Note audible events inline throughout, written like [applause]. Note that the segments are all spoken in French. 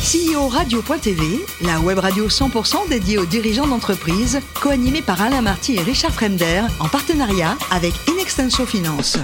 CEO E Radio.tv, la web radio 100% dédiée aux dirigeants d'entreprise, co-animée par Alain Marty et Richard Fremder, en partenariat avec Inextenso Finance.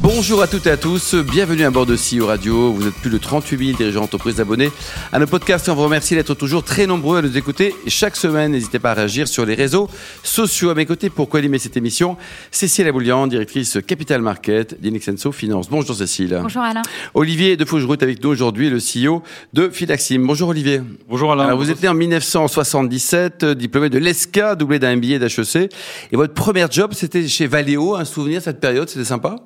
Bonjour à toutes et à tous, bienvenue à bord de CEO Radio. Vous êtes plus de 38 000 dirigeants d'entreprise abonnés à nos podcasts et on vous remercie d'être toujours très nombreux à nous écouter chaque semaine. N'hésitez pas à réagir sur les réseaux sociaux. À mes côtés, pour co-animer cette émission, Cécile Aboulian, directrice Capital Market d'Inexenso Finance. Bonjour Cécile. Bonjour Alain. Olivier de Fougeroute avec nous aujourd'hui, le CEO de Philaxim. Bonjour Olivier. Bonjour Alain. Alors, vous Bonjour. êtes né en 1977, euh, diplômé de l'ESCA, doublé d'un MBA d'HEC. E Et votre premier job, c'était chez Valeo. Un souvenir de cette période, c'était sympa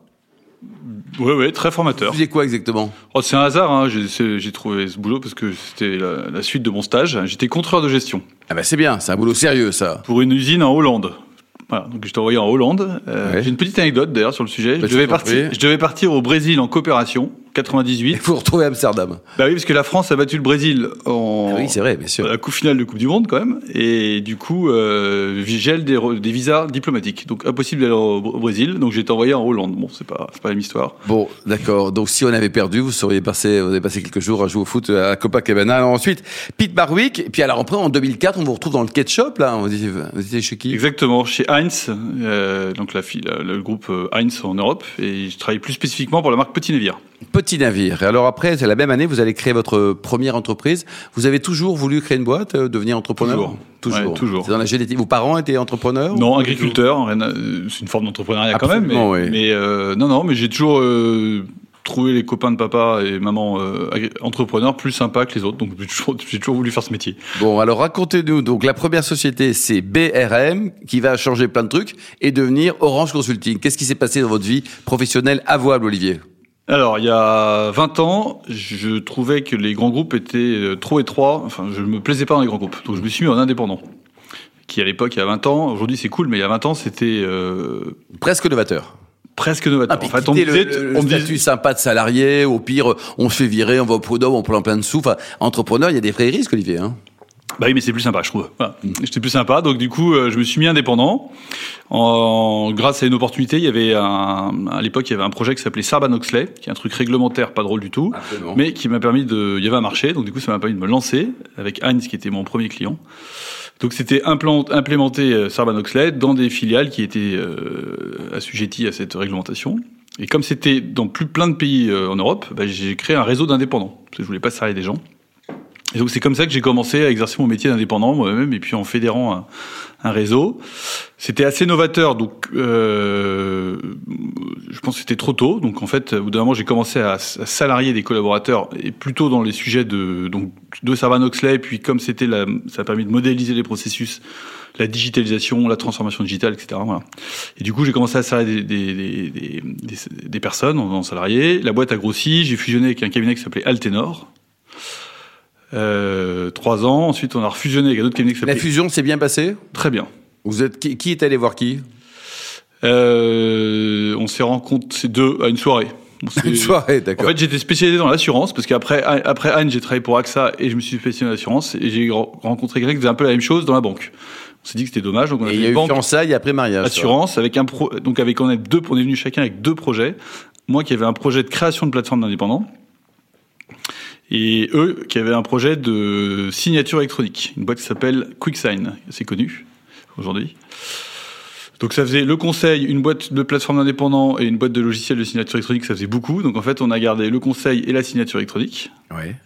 Oui, oui, très formateur. Vous faisiez quoi exactement Oh, c'est un hasard, hein, j'ai- c'est- j'ai trouvé ce boulot parce que c'était la, la suite de mon stage. J'étais contrôleur de gestion Ah bah c'est bien, c'est un boulot sérieux ça. pour une usine en Hollande. Voilà, donc j'étais envoyé en Hollande. Euh, Ouais. J'ai une petite anecdote d'ailleurs sur le sujet. Bah, je, je devais t'en partir, prie. je devais partir au Brésil en coopération, Il 98. faut retrouver Amsterdam. bah oui, parce que la France a battu le Brésil en, Ah oui, c'est vrai, bien sûr. la coupe finale de Coupe du Monde quand même. Et du coup, euh, gel des, re- des visas diplomatiques. Donc impossible d'aller au, au Brésil. Donc j'ai été envoyé en Hollande. Bon, c'est pas, c'est pas la même histoire. Bon, d'accord. Donc si on avait perdu, vous seriez passé, vous avez passé quelques jours à jouer au foot à Copacabana. Alors, ensuite, Pete Barwick. Et puis à la rentrée en 2004, on vous retrouve dans le ketchup là. On vous dit, vous étiez chez qui Exactement, chez Heinz, euh, donc la, fille- la- le groupe euh, Heinz en Europe, et je travaille plus spécifiquement pour la marque Petit Navire. Petit navire. Et alors après, c'est la même année, vous allez créer votre première entreprise. Vous avez toujours voulu créer une boîte, euh, devenir entrepreneur Toujours. Ouais, toujours. C'est dans la génétique. Vos parents étaient entrepreneurs Non, Ou- agriculteur, rien à- euh, c'est une forme d'entrepreneuriat quand même. Mais, Absolument, oui. mais, euh, non, non, mais j'ai toujours euh, trouvé les copains de papa et maman euh, agri- entrepreneurs plus sympas que les autres, donc j'ai toujours, j'ai toujours voulu faire ce métier. Bon, alors racontez-nous. Donc la première société, c'est BRM, qui va changer plein de trucs et devenir Orange Consulting. Qu'est-ce qui s'est passé dans votre vie professionnelle avouable, Olivier Alors, il y a 20 ans, je trouvais que les grands groupes étaient euh, trop étroits. Enfin, je ne me plaisais pas dans les grands groupes. Donc, je me suis mis en indépendant. Qui, à l'époque, il y a 20 ans, aujourd'hui, c'est cool, mais il y a 20 ans, c'était euh, Presque novateur. presque Ah, novateur. puis en fait, on me quitter disait, le, le on me disait- statut sympa de salarié, au pire, on se fait virer, on va au prud'homme, on prend plein de sous. Enfin, entrepreneur, il y a des vrais risques, Olivier. Hein. Bah oui, mais c'est plus sympa, je trouve. Voilà. C'était plus sympa. Donc du coup, euh, je me suis mis indépendant. En... Grâce à une opportunité, il y avait un... à l'époque, il y avait un projet qui s'appelait Sarban-Oxley, qui est un truc réglementaire, pas drôle du tout, Absolument. mais qui m'a permis de. Il y avait un marché, donc du coup, ça m'a permis de me lancer avec Heinz, qui était mon premier client. Donc c'était implant- implémenter Sarban-Oxley dans des filiales qui étaient euh, assujetties à cette réglementation. Et comme c'était dans plus plein de pays euh, en Europe, bah, j'ai créé un réseau d'indépendants. Parce que je voulais pas salarier des gens. Et donc c'est comme ça que j'ai commencé à exercer mon métier d'indépendant moi-même et puis en fédérant un, un réseau. C'était assez novateur, donc euh, je pense que c'était trop tôt. Donc en fait, au bout d'un moment, j'ai commencé à, à salarier des collaborateurs et plutôt dans les sujets de donc de Sarban Oxley. Puis comme c'était la, ça a permis de modéliser les processus, la digitalisation, la transformation digitale, etc. Voilà. Et du coup, j'ai commencé à salarier des, des, des, des- des personnes en en salarié. La boîte a grossi. J'ai fusionné avec un cabinet qui s'appelait Altenor. Euh, trois ans. Ensuite, on a refusionné avec un autre cabinet qui La s'appelait fusion s'est bien passée Très bien. vous êtes, qui, qui est allé voir qui Euh, on s'est rencontrés ces deux à une soirée. On [laughs] s'est- Une soirée, En d'accord. fait, j'étais spécialisé dans l'assurance parce qu'après après Anne, j'ai travaillé pour AXA et je me suis spécialisé dans l'assurance et j'ai re- rencontré quelqu'un qui faisait un peu la même chose dans la banque. On s'est dit que c'était dommage, donc on a Et fait il y a eu banque fiançailles après mariage. ça. assurance avec un pro, donc avec on est deux, on est venu chacun avec deux projets. Moi qui avais un projet de création de plateforme d'indépendants et eux qui avaient un projet de signature électronique, une boîte qui s'appelle QuickSign, assez connue aujourd'hui. Donc ça faisait le conseil, une boîte de plateforme d'indépendants et une boîte de logiciels de signature électronique, ça faisait beaucoup. Donc en fait, on a gardé le conseil et la signature électronique. Ouais.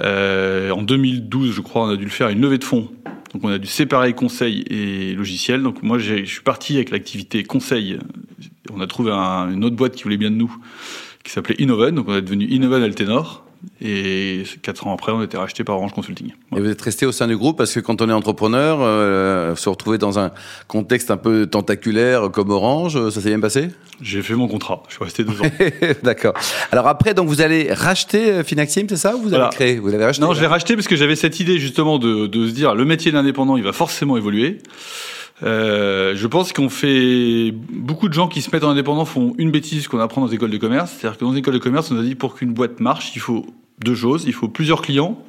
Euh, en 2012, je crois, on a dû le faire une levée de fonds. Donc on a dû séparer conseil et logiciel. Donc moi, j'ai- je suis parti avec l'activité conseil. On a trouvé un- une autre boîte qui voulait bien de nous, qui s'appelait Innoven. Donc on est devenu Innoven Altenor. Et quatre ans après, on a été racheté par Orange Consulting. Et vous êtes resté au sein du groupe parce que quand on est entrepreneur, euh, se retrouver dans un contexte un peu tentaculaire comme Orange, euh, ça s'est bien passé [laughs] J'ai fait mon contrat. Je suis resté deux ans. D'accord. Alors après, donc vous allez racheter euh, Finaxim, c'est ça Vous Voilà. avez créé Vous l'avez racheté non, je l'ai racheté parce que j'avais cette idée justement de, de se dire le métier d'indépendant, il va forcément évoluer. Euh, je pense qu'on fait beaucoup de gens qui se mettent en indépendant font une bêtise qu'on apprend dans les écoles de commerce, c'est-à-dire que dans les écoles de commerce, on a dit pour qu'une boîte marche, il faut deux choses, il faut plusieurs clients,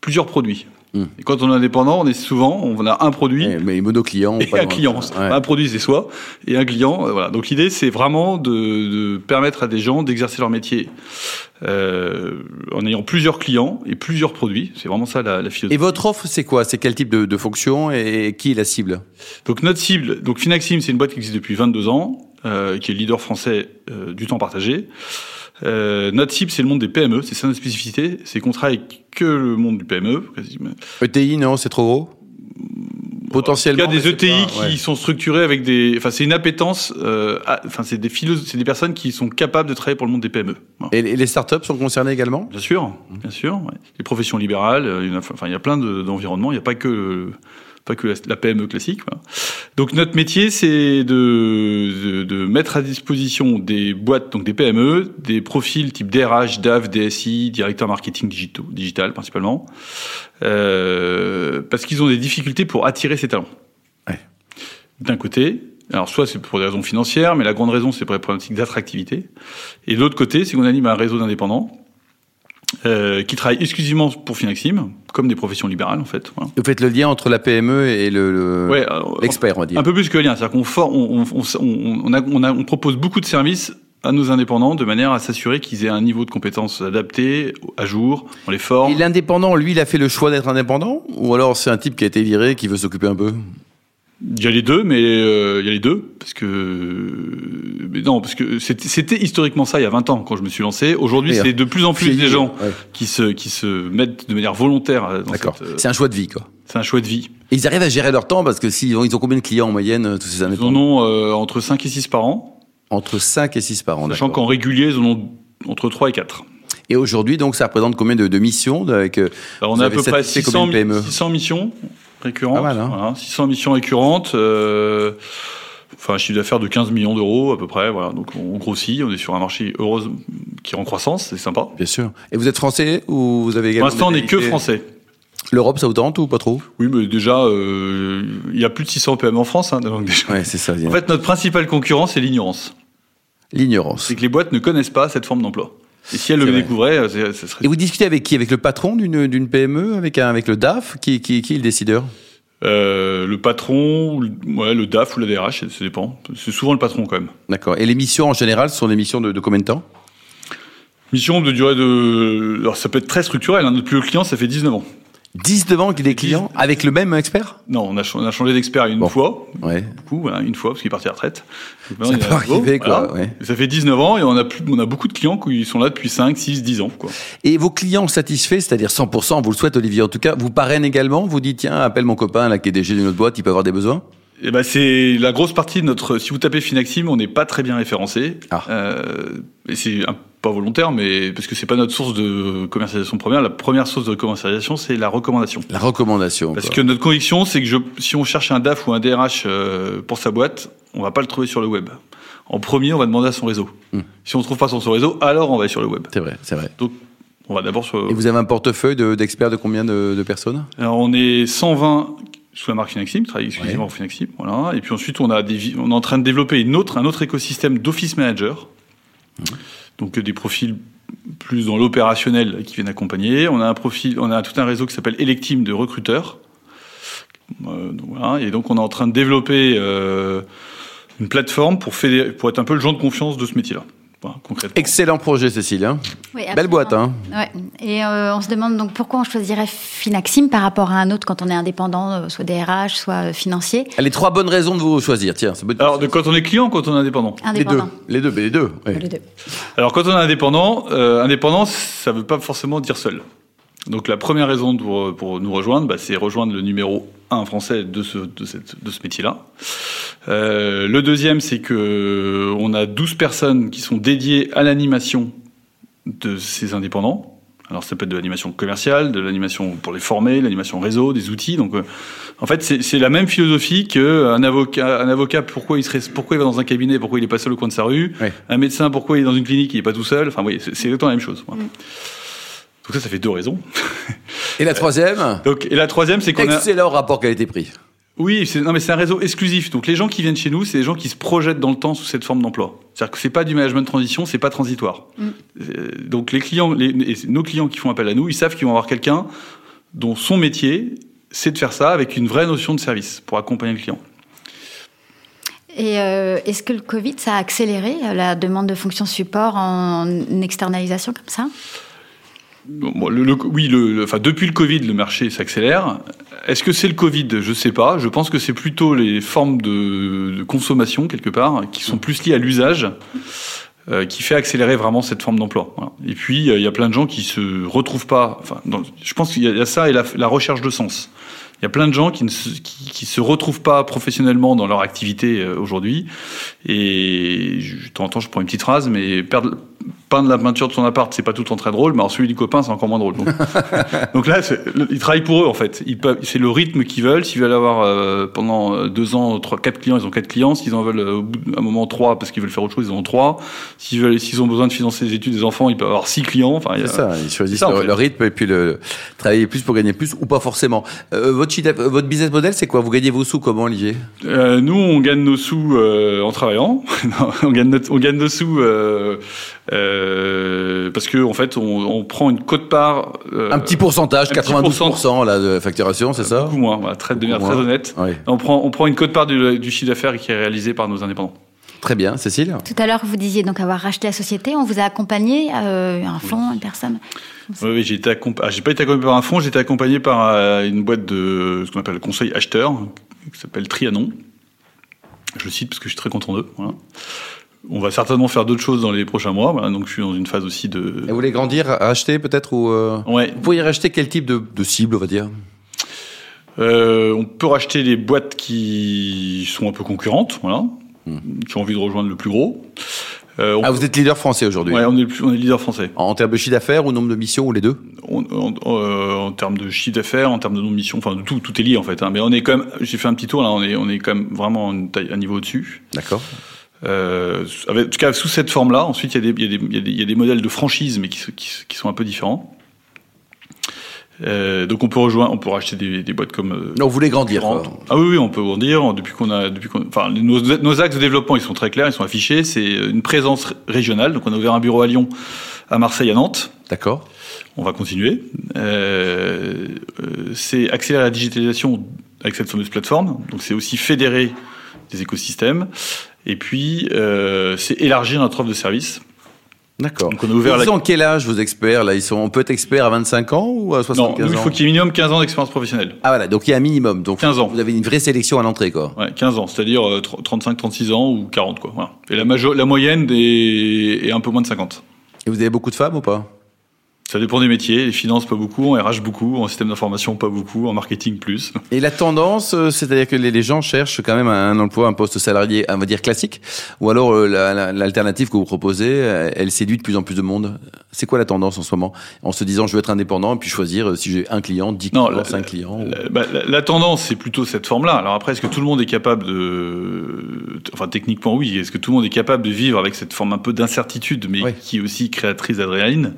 plusieurs produits. Mm. Et quand on est indépendant, on est souvent, on a un produit Eh, Mais [laughs] monoclient. et un client. Un produit, c'est soi, et un client. euh, Voilà. Donc l'idée, c'est vraiment de, de permettre à des gens d'exercer leur métier euh, en ayant plusieurs clients et plusieurs produits. C'est vraiment ça la, la philosophie. Et votre offre, c'est quoi C'est quel type de, de fonction et qui est la cible Donc notre cible, donc Finaxim, c'est une boîte qui existe depuis 22 ans, euh, qui est le leader français euh, du temps partagé. Euh, notre cible, c'est le monde des PME, c'est ça notre spécificité, c'est qu'on travaille avec que le monde du PME. quasiment. ETI, E non, c'est trop gros Il y Potentiellement. a des mais c'est ETI pas- qui ouais. sont structurés avec des, enfin c'est une appétence, euh, à- enfin c'est des philo- c'est des personnes qui sont capables de travailler pour le monde des PME. Voilà. Et les les startups sont concernées également Bien sûr, bien sûr. ouais. Les professions libérales, euh, il y en a, enfin, il y a plein de- d'environnements. il n'y a pas que pas que la, la PME classique. voilà. Donc notre métier, c'est de, de, de mettre à disposition des boîtes, donc des PME, des profils type DRH, DAF, DSI, directeur marketing digitaux, digital principalement, euh, parce qu'ils ont des difficultés pour attirer ces talents. Ouais. D'un côté. Alors, soit c'est pour des raisons financières, mais la grande raison, c'est pour les problématiques d'attractivité. Et de l'autre côté, c'est qu'on anime un réseau d'indépendants euh, qui travaillent exclusivement pour Finaxim, comme des professions libérales en fait. Voilà. Vous faites le lien entre la PME et le- le- Ouais, alors, l'expert, on va un dire. peu plus que lien, c'est-à-dire qu'on for- on, on, on- on- on a- on a- on propose beaucoup de services à nos indépendants de manière à s'assurer qu'ils aient un niveau de compétences adapté, à jour, on les forme. Et l'indépendant, lui, il a fait le choix d'être indépendant Ou alors c'est un type qui a été viré, qui veut s'occuper un peu Il y a les deux, mais euh, il y a les deux parce que mais non, parce que c'était c'était historiquement ça il y a 20 ans quand je me suis lancé. Aujourd'hui, D'ailleurs, c'est de plus en plus des Vieillir, gens ouais. qui se qui se mettent de manière volontaire euh, dans D'accord. cette. euh, C'est un choix de vie, quoi. C'est un choix de vie. Et ils arrivent à gérer leur temps parce que s'ils ont, ils ont combien de clients en moyenne, euh, tous ces Ils en indépendants ont euh, entre 5 et 6 par an. Entre 5 et 6 par an. Sachant d'accord. qu'en régulier, ils en ont entre 3 et 4. Et aujourd'hui, donc, ça représente combien de, de missions de- avec, euh, Alors, on Vous a à avez peu près satisfait combien 600, de PME 600 missions récurrentes. E. Pas mal, hein. Voilà, 600 missions récurrentes. euh, Enfin, un chiffre d'affaires de 15 millions d'euros à peu près. Voilà, donc on grossit. On est sur un marché heureuse qui est en croissance. C'est sympa. Bien sûr. Et vous êtes français ou vous avez Pour également. l'instant, on des n'est que qualités français. L'Europe, ça vous tente ou pas trop Oui, mais déjà, euh, il y a plus de 600 PME en France. hein, donc [laughs] déjà. Ouais, c'est ça. En fait, notre principale concurrence, c'est l'ignorance. L'ignorance. C'est que les boîtes ne connaissent pas cette forme d'emploi. Et si elles C'est le vrai. découvraient, euh, c'est- ça serait Et vous discutez avec qui Avec le patron d'une d'une PME Avec, un, avec le DAF qui, qui, qui est le décideur Euh, le patron, ou le- ouais, le DAF ou la DRH, ça- ça dépend. C'est souvent le patron quand même. D'accord. Et les missions en général ce sont des missions de, de combien de temps Mission de durée de. Alors ça peut être très structurel. hein. Notre plus haut client, ça fait 19 ans. 10 devant des clients avec le même expert Non, on a, ch- on a changé d'expert une Bon. fois. Ouais. Du coup, voilà, une fois, parce qu'il est parti à la retraite. Donc, Ça maintenant, il y en peut a un nouveau, arriver, quoi, ouais. Et Ça fait 19 ans et on a, plus, on a beaucoup de clients qui sont là depuis 5, 6, 10 ans. Quoi. Et vos clients satisfaits, c'est-à-dire 100%, vous le souhaitez Olivier en tout cas, vous parrainent également, vous dites tiens, appelle mon copain là qui est DG d'une autre boîte, il peut avoir des besoins Eh ben c'est la grosse partie de notre. Si vous tapez Finaxim, on n'est pas très bien référencé. Ah. Euh, et c'est un- pas volontaire, mais parce que c'est pas notre source de commercialisation première. La première source de commercialisation, c'est la recommandation. La recommandation. Parce quoi. que notre conviction, c'est que je, si on cherche un DAF ou un DRH euh, pour sa boîte, on va pas le trouver sur le web. En premier, on va demander à son réseau. Hmm. Si on ne trouve pas sur son réseau, alors on va sur le web. C'est vrai, c'est vrai. Donc, on va d'abord sur. Et vous avez un portefeuille de- d'experts de, combien de, de personnes Alors, on est 120 sous la marque Finaxim, travaille exclusivement pour Finaxim, voilà. Et puis ensuite, on a des, vi- on est en train de développer une autre, un autre écosystème d'office manager. Donc euh, des profils plus dans l'opérationnel qui viennent accompagner. On a un profil, on a tout un réseau qui s'appelle Electim de recruteurs. Euh, donc, voilà. Et donc on est en train de développer euh, une plateforme pour fédérer- pour être un peu le genre de confiance de ce métier-là, Voilà, concrètement. Excellent projet, Cécile. hein. Oui, Belle absolument. boîte, hein Ouais. Et euh, on se demande donc pourquoi on choisirait Finaxim par rapport à un autre quand on est indépendant, euh, soit DRH, soit euh, financier. Allez, trois bonnes raisons de vous choisir. Tiens, ça peut être- Alors de quand on est client, quand on est indépendant. les deux. Indépendant. Les deux, mais les deux. ouais. Les deux. Alors, quand on est indépendant, euh, indépendant, ça ne veut pas forcément dire seul. Donc, la première raison de vous- pour, nous rejoindre, bah, c'est rejoindre le numéro 1 français de ce, de cette- de ce métier-là. Euh, le deuxième, c'est que on a 12 personnes qui sont dédiées à l'animation de ces indépendants. Alors, ça peut être de l'animation commerciale, de l'animation pour les former, l'animation réseau, des outils. Donc, euh, en fait, c'est c'est la même philosophie qu'un avocat, un avocat pourquoi, il serait, pourquoi il va dans un cabinet, pourquoi il est pas seul au coin de sa rue, Ouais. un médecin, pourquoi il est dans une clinique, il n'est pas tout seul. Enfin, oui, c'est c'est exactement la même chose. voilà. Donc ça, ça fait deux raisons. Et la troisième Donc, et la troisième, c'est Euh, qu'on a... Excellent rapport qualité-prix. Oui, c'est- non, mais c'est un réseau exclusif. Donc les gens qui viennent chez nous, c'est des gens qui se projettent dans le temps sous cette forme d'emploi. C'est-à-dire que c'est pas du management de transition, c'est pas transitoire. Euh, donc les clients, les- et c'est nos clients qui font appel à nous, ils savent qu'ils vont avoir quelqu'un dont son métier, c'est de faire ça avec une vraie notion de service pour accompagner le client. Et euh, est-ce que le Covid, ça a accéléré euh, la demande de fonctions support en externalisation comme ça Bon, le, le- oui, le, le- enfin, depuis le Covid, le marché s'accélère. Est-ce que c'est le Covid Je ne sais pas. Je pense que c'est plutôt les formes de, de consommation, quelque part, qui sont plus liées à l'usage, euh, qui fait accélérer vraiment cette forme d'emploi. Voilà. Et puis, euh, il y a plein de gens qui se retrouvent pas. Enfin, dans- je pense qu'il y, a- il y a ça et la, la recherche de sens. Il y a plein de gens qui ne se, qui, qui se retrouvent pas professionnellement dans leur activité euh, aujourd'hui. Et je- de temps en temps, je prends une petite phrase, mais perdre, peindre la peinture de son appart, c'est pas tout le temps très drôle, mais alors celui du copain, c'est encore [laughs] moins drôle. Donc, donc là, c'est- le- ils travaillent pour eux, en fait. Ils peuvent- C'est le rythme qu'ils veulent. S'ils veulent avoir euh, pendant euh, deux ans, trois, quatre clients, ils ont quatre clients. S'ils en veulent euh, au bout d'un moment trois, parce qu'ils veulent faire autre chose, ils en ont trois. S'ils veulent, s'ils ont besoin de financer les études des enfants, ils peuvent avoir six clients. Enfin, il y C'est a- ça, hein, ils choisissent c'est ça, en leur, fait. leur rythme et puis le, travailler plus pour gagner plus ou pas forcément. Euh, votre, chiffre d'aff- votre business model, c'est quoi Vous gagnez vos sous comment, Olivier Euh, nous, on gagne nos sous euh, en travaillant. [laughs] Non, on, gagne notre- on gagne nos sous euh, euh, parce que en fait, on, on prend une cote-part. euh, Un petit pourcentage, un petit Euh, 92% là, de facturation, c'est ça Beaucoup moins, voilà, très, de manière Beaucoup très moins. honnête. Oui. On prend, on prend une cote-part du, du chiffre d'affaires qui est réalisé par nos indépendants. Très bien, Cécile. Tout à l'heure, vous disiez donc avoir racheté la société. On vous a accompagné, euh, un fonds, une personne. Oui, oui, j'ai été accomp- ah, j'ai pas été accompagné par un fonds, j'ai été accompagné par euh, une boîte de ce qu'on appelle le conseil acheteur, qui s'appelle Trianon. Je le cite parce que je suis très content d'eux. voilà. On va certainement faire d'autres choses dans les prochains mois, voilà, donc je suis dans une phase aussi de. Et vous voulez grandir, racheter peut-être ou euh, Ouais, Vous pourriez racheter quel type de, de cible, on va dire Euh, on peut racheter les boîtes qui sont un peu concurrentes, voilà, qui ont envie de rejoindre le plus gros. Euh, on, Hmm. Ah, vous êtes leader français aujourd'hui. ouais, on est le plus- on est le leader français. En en termes de chiffre d'affaires ou nombre de missions ou les deux On- en, euh, en termes de chiffre d'affaires, en termes de nombre de missions, enfin de tout, tout est lié en fait. hein. Mais on est quand même, j'ai fait un petit tour là, on est, on est quand même vraiment une taille- un niveau au-dessus. D'accord. Euh, avec- en tout cas, sous cette forme-là. Ensuite, il y, a des- il y a des- il y a des- il y a des modèles de franchise, mais qui, se- qui se- qui sont un peu différents. Euh, donc on peut rejoindre, on peut racheter des, des boîtes comme. euh, Non, vous voulez grandir. différentes. quoi. Ah oui, oui, on peut en dire. Depuis qu'on a, depuis qu'on, enfin, nos, nos axes de développement, ils sont très clairs, ils sont affichés. C'est euh, une présence ré- régionale. Donc on a ouvert un bureau à Lyon, à Marseille, à Nantes. D'accord. On va continuer. Euh, euh, c'est accélérer la digitalisation avec cette fameuse plateforme. Donc c'est aussi fédérer des écosystèmes. Et puis euh, c'est élargir notre offre de services. D'accord. Donc on a ouvert ils la- ont quel âge vos experts là Ils sont, on peut être expert à 25 ans ou à Non, 75 nous, ans il faut qu'il y ait minimum 15 ans d'expérience professionnelle. Ah voilà, donc il y a un minimum. Donc 15 ans. vous avez une vraie sélection à l'entrée quoi. Ouais, 15 ans, c'est-à-dire euh, 30 35, 36 ans ou 40 quoi. Voilà. Et la, majo- la moyenne des- est un peu moins de 50. Et vous avez beaucoup de femmes ou pas Ça dépend des métiers, les finances pas beaucoup, en RH beaucoup, en système d'information pas beaucoup, en marketing plus. Et la tendance, euh, c'est-à-dire que les les gens cherchent quand même un un emploi, un poste salarié, on va dire classique, ou alors euh, la- la- l'alternative que vous proposez, euh, elle séduit de plus en plus de monde. C'est quoi la tendance en ce moment En se disant, je veux être indépendant et puis choisir euh, si j'ai un client, 10 Non, clients, la- 5 clients. ou- La, bah, la- la tendance, c'est plutôt cette forme-là. Alors après, est-ce que tout le monde est capable de... Enfin, techniquement, oui. Est-ce que tout le monde est capable de vivre avec cette forme un peu d'incertitude, mais Oui. qui est aussi créatrice d'adrénaline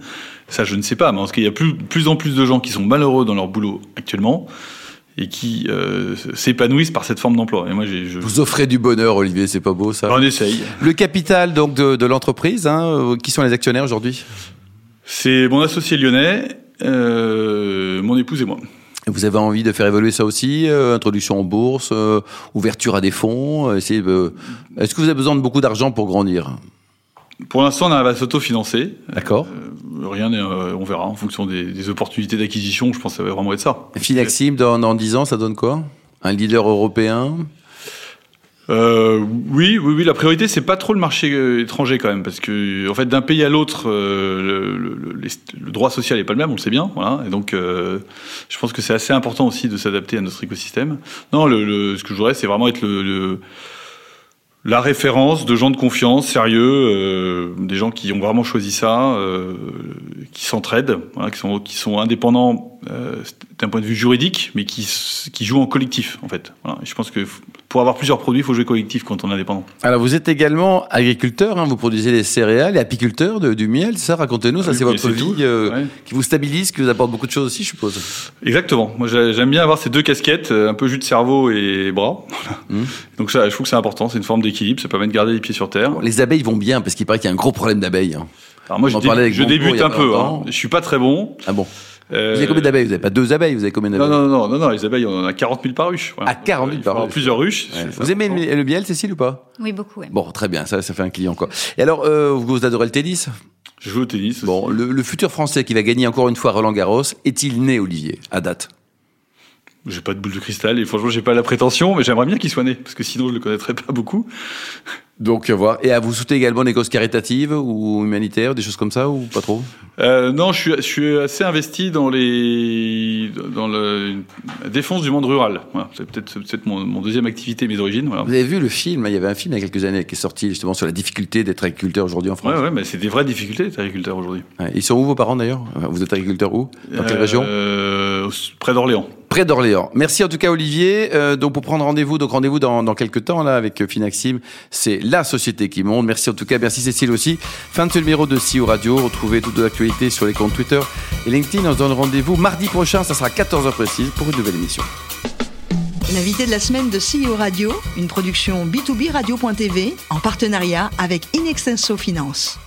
Ça, je ne sais pas. Mais en tout cas, il y a plus, plus en plus de gens qui sont malheureux dans leur boulot actuellement et qui euh, s'épanouissent par cette forme d'emploi. Et moi, j'ai... Je... Vous offrez du bonheur, Olivier, c'est pas beau ça On essaye. Le capital donc de, de l'entreprise, hein, euh, qui sont les actionnaires aujourd'hui C'est mon associé lyonnais, euh, mon épouse et moi. Vous avez envie de faire évoluer ça aussi euh, Introduction en bourse, euh, ouverture à des fonds euh, essayer de- Est-ce que vous avez besoin de beaucoup d'argent pour grandir Pour l'instant, on arrive à s'autofinancer. D'accord Euh, rien n'est, euh, on verra en fonction des, des opportunités d'acquisition. Je pense que ça va vraiment être ça. Finaxim, dans, dans 10 ans, ça donne quoi Un leader européen Euh, oui, oui, oui. La priorité, c'est pas trop le marché euh, étranger quand même, parce que en fait, d'un pays à l'autre, euh, le, le- le- les- le droit social est pas le même, on le sait bien. Voilà. Et donc, euh, je pense que c'est assez important aussi de s'adapter à notre écosystème. Non, le, le- ce que je voudrais, c'est vraiment être le, le- la référence de gens de confiance, sérieux, euh, des gens qui ont vraiment choisi ça, euh, qui s'entraident, voilà, qui sont qui sont indépendants euh, d'un point de vue juridique, mais qui s- qui jouent en collectif en fait. Voilà. Et Je pense que f- pour avoir plusieurs produits, il faut jouer collectif quand on est indépendant. Alors, vous êtes également agriculteur, hein, vous produisez des céréales et apiculteur de- du miel, c'est ça Racontez-nous, ça Ah oui, c'est mais votre c'est vie tout. euh, Ouais. qui vous stabilise, qui vous apporte beaucoup de choses aussi, je suppose. Exactement. Moi, j'ai- j'aime bien avoir ces deux casquettes, euh, un peu jus de cerveau et bras. [laughs] Voilà. Mhm. Donc ça, je trouve que c'est important. C'est une forme d'équilibre. Ça permet de garder les pieds sur terre. Bon, les abeilles vont bien parce qu'il paraît qu'il y a un gros problème d'abeilles. hein. Alors moi, je, On en parlait dé- avec je Goncourt il y débute a un pas peu. longtemps. hein. Je suis pas très bon. Ah bon Vous avez combien d'abeilles Vous n'avez pas deux abeilles, vous avez combien non, d'abeilles non, non, non, non, les abeilles, on en a 40 000 par ruche. voilà. Ah, 40 000 Il faut par avoir ruche. plusieurs ruches. Ouais. c'est ça. Vous aimez le, le biel, Cécile, ou pas Oui, beaucoup. oui. Bon, très bien, ça, ça fait un client, quoi. Et alors, euh, vous adorez le tennis Je joue au tennis. aussi. Bon, le, le futur Français qui va gagner encore une fois Roland Garros, est-il né, Olivier, à date J'ai pas de boule de cristal et franchement, j'ai pas la prétention, mais j'aimerais bien qu'il soit né, parce que sinon, je le connaîtrais pas beaucoup. Donc, euh, à voir. Et à vous soutenez également des causes caritatives ou humanitaires, des choses comme ça, ou pas trop Euh, non, je suis, je suis assez investi dans les dans le, la défense du monde rural. Voilà, c'est peut-être c'est peut-être mon, mon deuxième activité, mes origines. Voilà. Vous avez vu le film, hein, il y avait un film il y a quelques années qui est sorti justement sur la difficulté d'être agriculteur aujourd'hui en France. Ouais, ouais, mais c'est des vraies difficultés d'être agriculteur aujourd'hui. Ouais. Ils sont où vos parents d'ailleurs Vous êtes agriculteur où Dans quelle Euh, région euh, Près d'Orléans. Près d'Orléans. Merci en tout cas Olivier. Euh, donc pour prendre rendez-vous, donc rendez-vous dans, dans quelques temps là avec euh, Finaxim. C'est la société qui monte. Merci en tout cas, merci Cécile aussi. Fin de ce numéro de CEO Radio. Retrouvez toute l'actualité sur les comptes Twitter et LinkedIn. On se donne rendez-vous mardi prochain, ça sera 14h précise pour une nouvelle émission. L'invité de la semaine de E CEO Radio, une production B2B Radio.tv en partenariat avec Inextenso Finance.